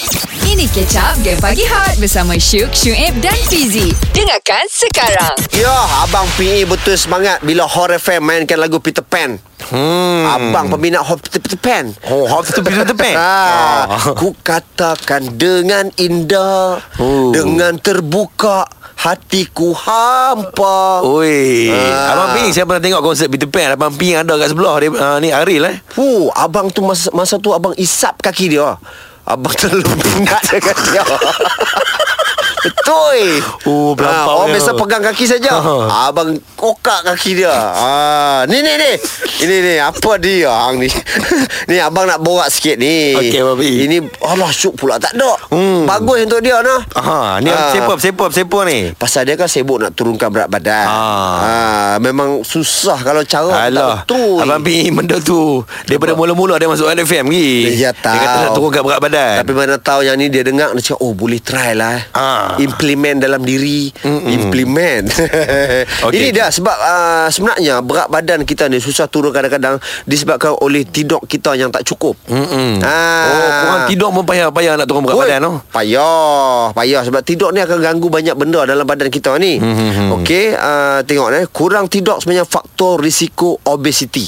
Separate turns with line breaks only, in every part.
Mari catch up Game Pagi Hot Bersama Syuk, Syuib dan Fizi Dengarkan sekarang
Ya, Abang PE betul semangat bila Horror FM mainkan lagu Peter Pan. Hmm. Abang peminat Hop Peter, Peter Pan.
Oh, Hop Peter- Peter Pan?
Ha, ku katakan dengan indah,
Oh.
dengan terbuka, hatiku hampa.
Oh. Oi,
Ah.
Abang Ping saya pernah tengok konsert Peter Pan Abang Ping ada kat sebelah dia, uh, Ni Aril eh
Hu, abang tu masa, masa tu abang isap kaki dia. Abang terlalu penat dengan dia. Betul. Ah,
Oh, berlampau
orang
dia.
biasa pegang kaki saja.
Ha.
Abang kokak kaki dia. Ah, ni ni ni. Ini ni apa dia hang ni? ni abang nak borak sikit ni.
Okey, Babi.
Ini alah syuk pula tak ada.
Hmm.
Bagus untuk dia nah.
Aha, Ni uh.
Ah.
siapa, siapa, siapa ni
Pasal dia kan sibuk nak turunkan berat badan.
Ah.
Ah, memang susah kalau
Oh,
cara
Alah
tak betul.
Abang Ping benda tu Daripada mula-mula dia masuk LFM lagi
Ya tahu
Dia kata nak turunkan berat badan
Tapi mana tahu yang ni dia dengar Dia cakap oh boleh try lah eh.
Ah.
Implement dalam diri Mm-mm. Implement okay. Ini dah sebab uh, Sebenarnya berat badan kita ni Susah turun kadang-kadang Disebabkan oleh tidur kita yang tak cukup
Mm-mm.
Ah.
Oh, korang tidur pun payah-payah nak turun berat
Oi,
badan tu
Payah Payah sebab tidur ni akan ganggu banyak benda dalam badan kita ni
hmm.
Okey uh, Tengok eh Kurang tidur sebenarnya faktor risiko obesity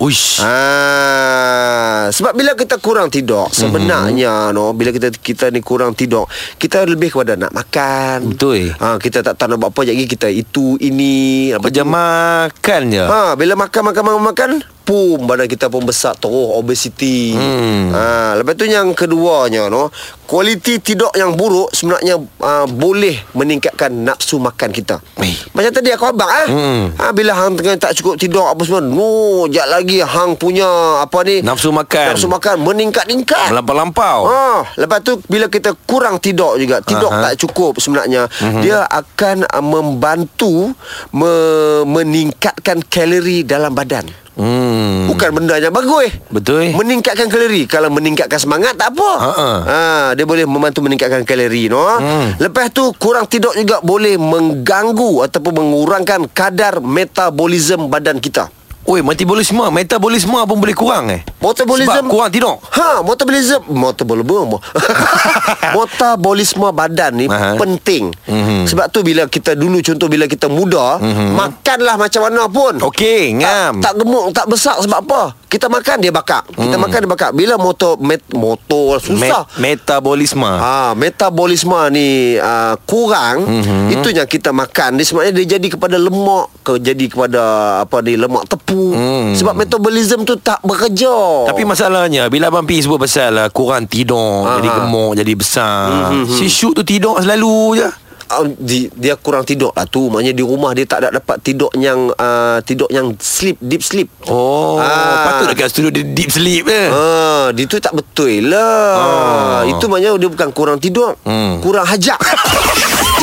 Uish
Ah, sebab bila kita kurang tidur sebenarnya mm-hmm. no bila kita kita ni kurang tidur kita lebih kepada nak makan.
Betul.
Ah kita tak tahu nak buat apa jadi kita itu ini apa
Kerja makan je
Ha bila makan makan makan makan pum badan kita pun besar terus obesity.
Hmm.
Ha lepas tu yang keduanya no kualiti tidur yang buruk sebenarnya uh, boleh meningkatkan nafsu makan kita.
Eh.
Macam tadi aku abang ah.
Hmm.
Ha bila hang tengah tak cukup tidur apa semua no jap lagi hang punya apa ni
Nafsu makan. Ah.
Nafsu makan meningkat-ningkat.
Melampau-lampau
Ha, lepas tu bila kita kurang tidur juga, tidur
Aha. Mhm.
uh-huh. tak cukup sebenarnya, uh-huh. dia akan uh, membantu me- meningkatkan kalori dalam badan.
hmm.
Bukan benda yang bagus.
Betul. eh?
Meningkatkan kalori. Kalau meningkatkan semangat tak apa.
Ha-ha.
Ha, dia boleh membantu meningkatkan kalori no.
Hmm.
Lepas tu kurang tidur juga boleh mengganggu ataupun mengurangkan kadar metabolisme badan kita.
Oi, metabolisme, metabolisme pun boleh kurang eh.
Metabolism-
Sebab kurang tidur.
Ha, metabolism metabolism. metabolisme badan ni
Aha.
penting.
Mhm.
Sebab tu bila kita dulu contoh bila kita muda, makanlah macam mana pun.
Okey, ngam.
Tak gemuk, tak besar sebab apa? Kita makan dia bakar.
Mhm.
Kita makan dia bakar. Bila motor met, motor susah.
Me- metabolisme. Ha.
Ah, metabolisme ni uh, kurang
Mhm.
mm-hmm. itu yang kita makan dia sebenarnya dia jadi kepada lemak ke jadi kepada apa ni lemak tepu
Hmm.
sebab metabolism tu tak bekerja
Tapi masalahnya Bila Abang Pi sebut pasal uh, Kurang tidur
Ha,
Jadi
ha.
gemuk Jadi
Hmm,
besar Si Syuk tu tidur selalu je
Ah, di, dia kurang tidur lah tu maknanya di rumah dia tak ada dapat tidur yang uh, tidur yang sleep deep sleep
Oh
Ah.
Patut dekat studio Dia deep sleep eh.
Ah, dia tu tak betul lah.
Ah.
Itu maknanya dia bukan kurang tidur,
Hmm.
kurang hajak.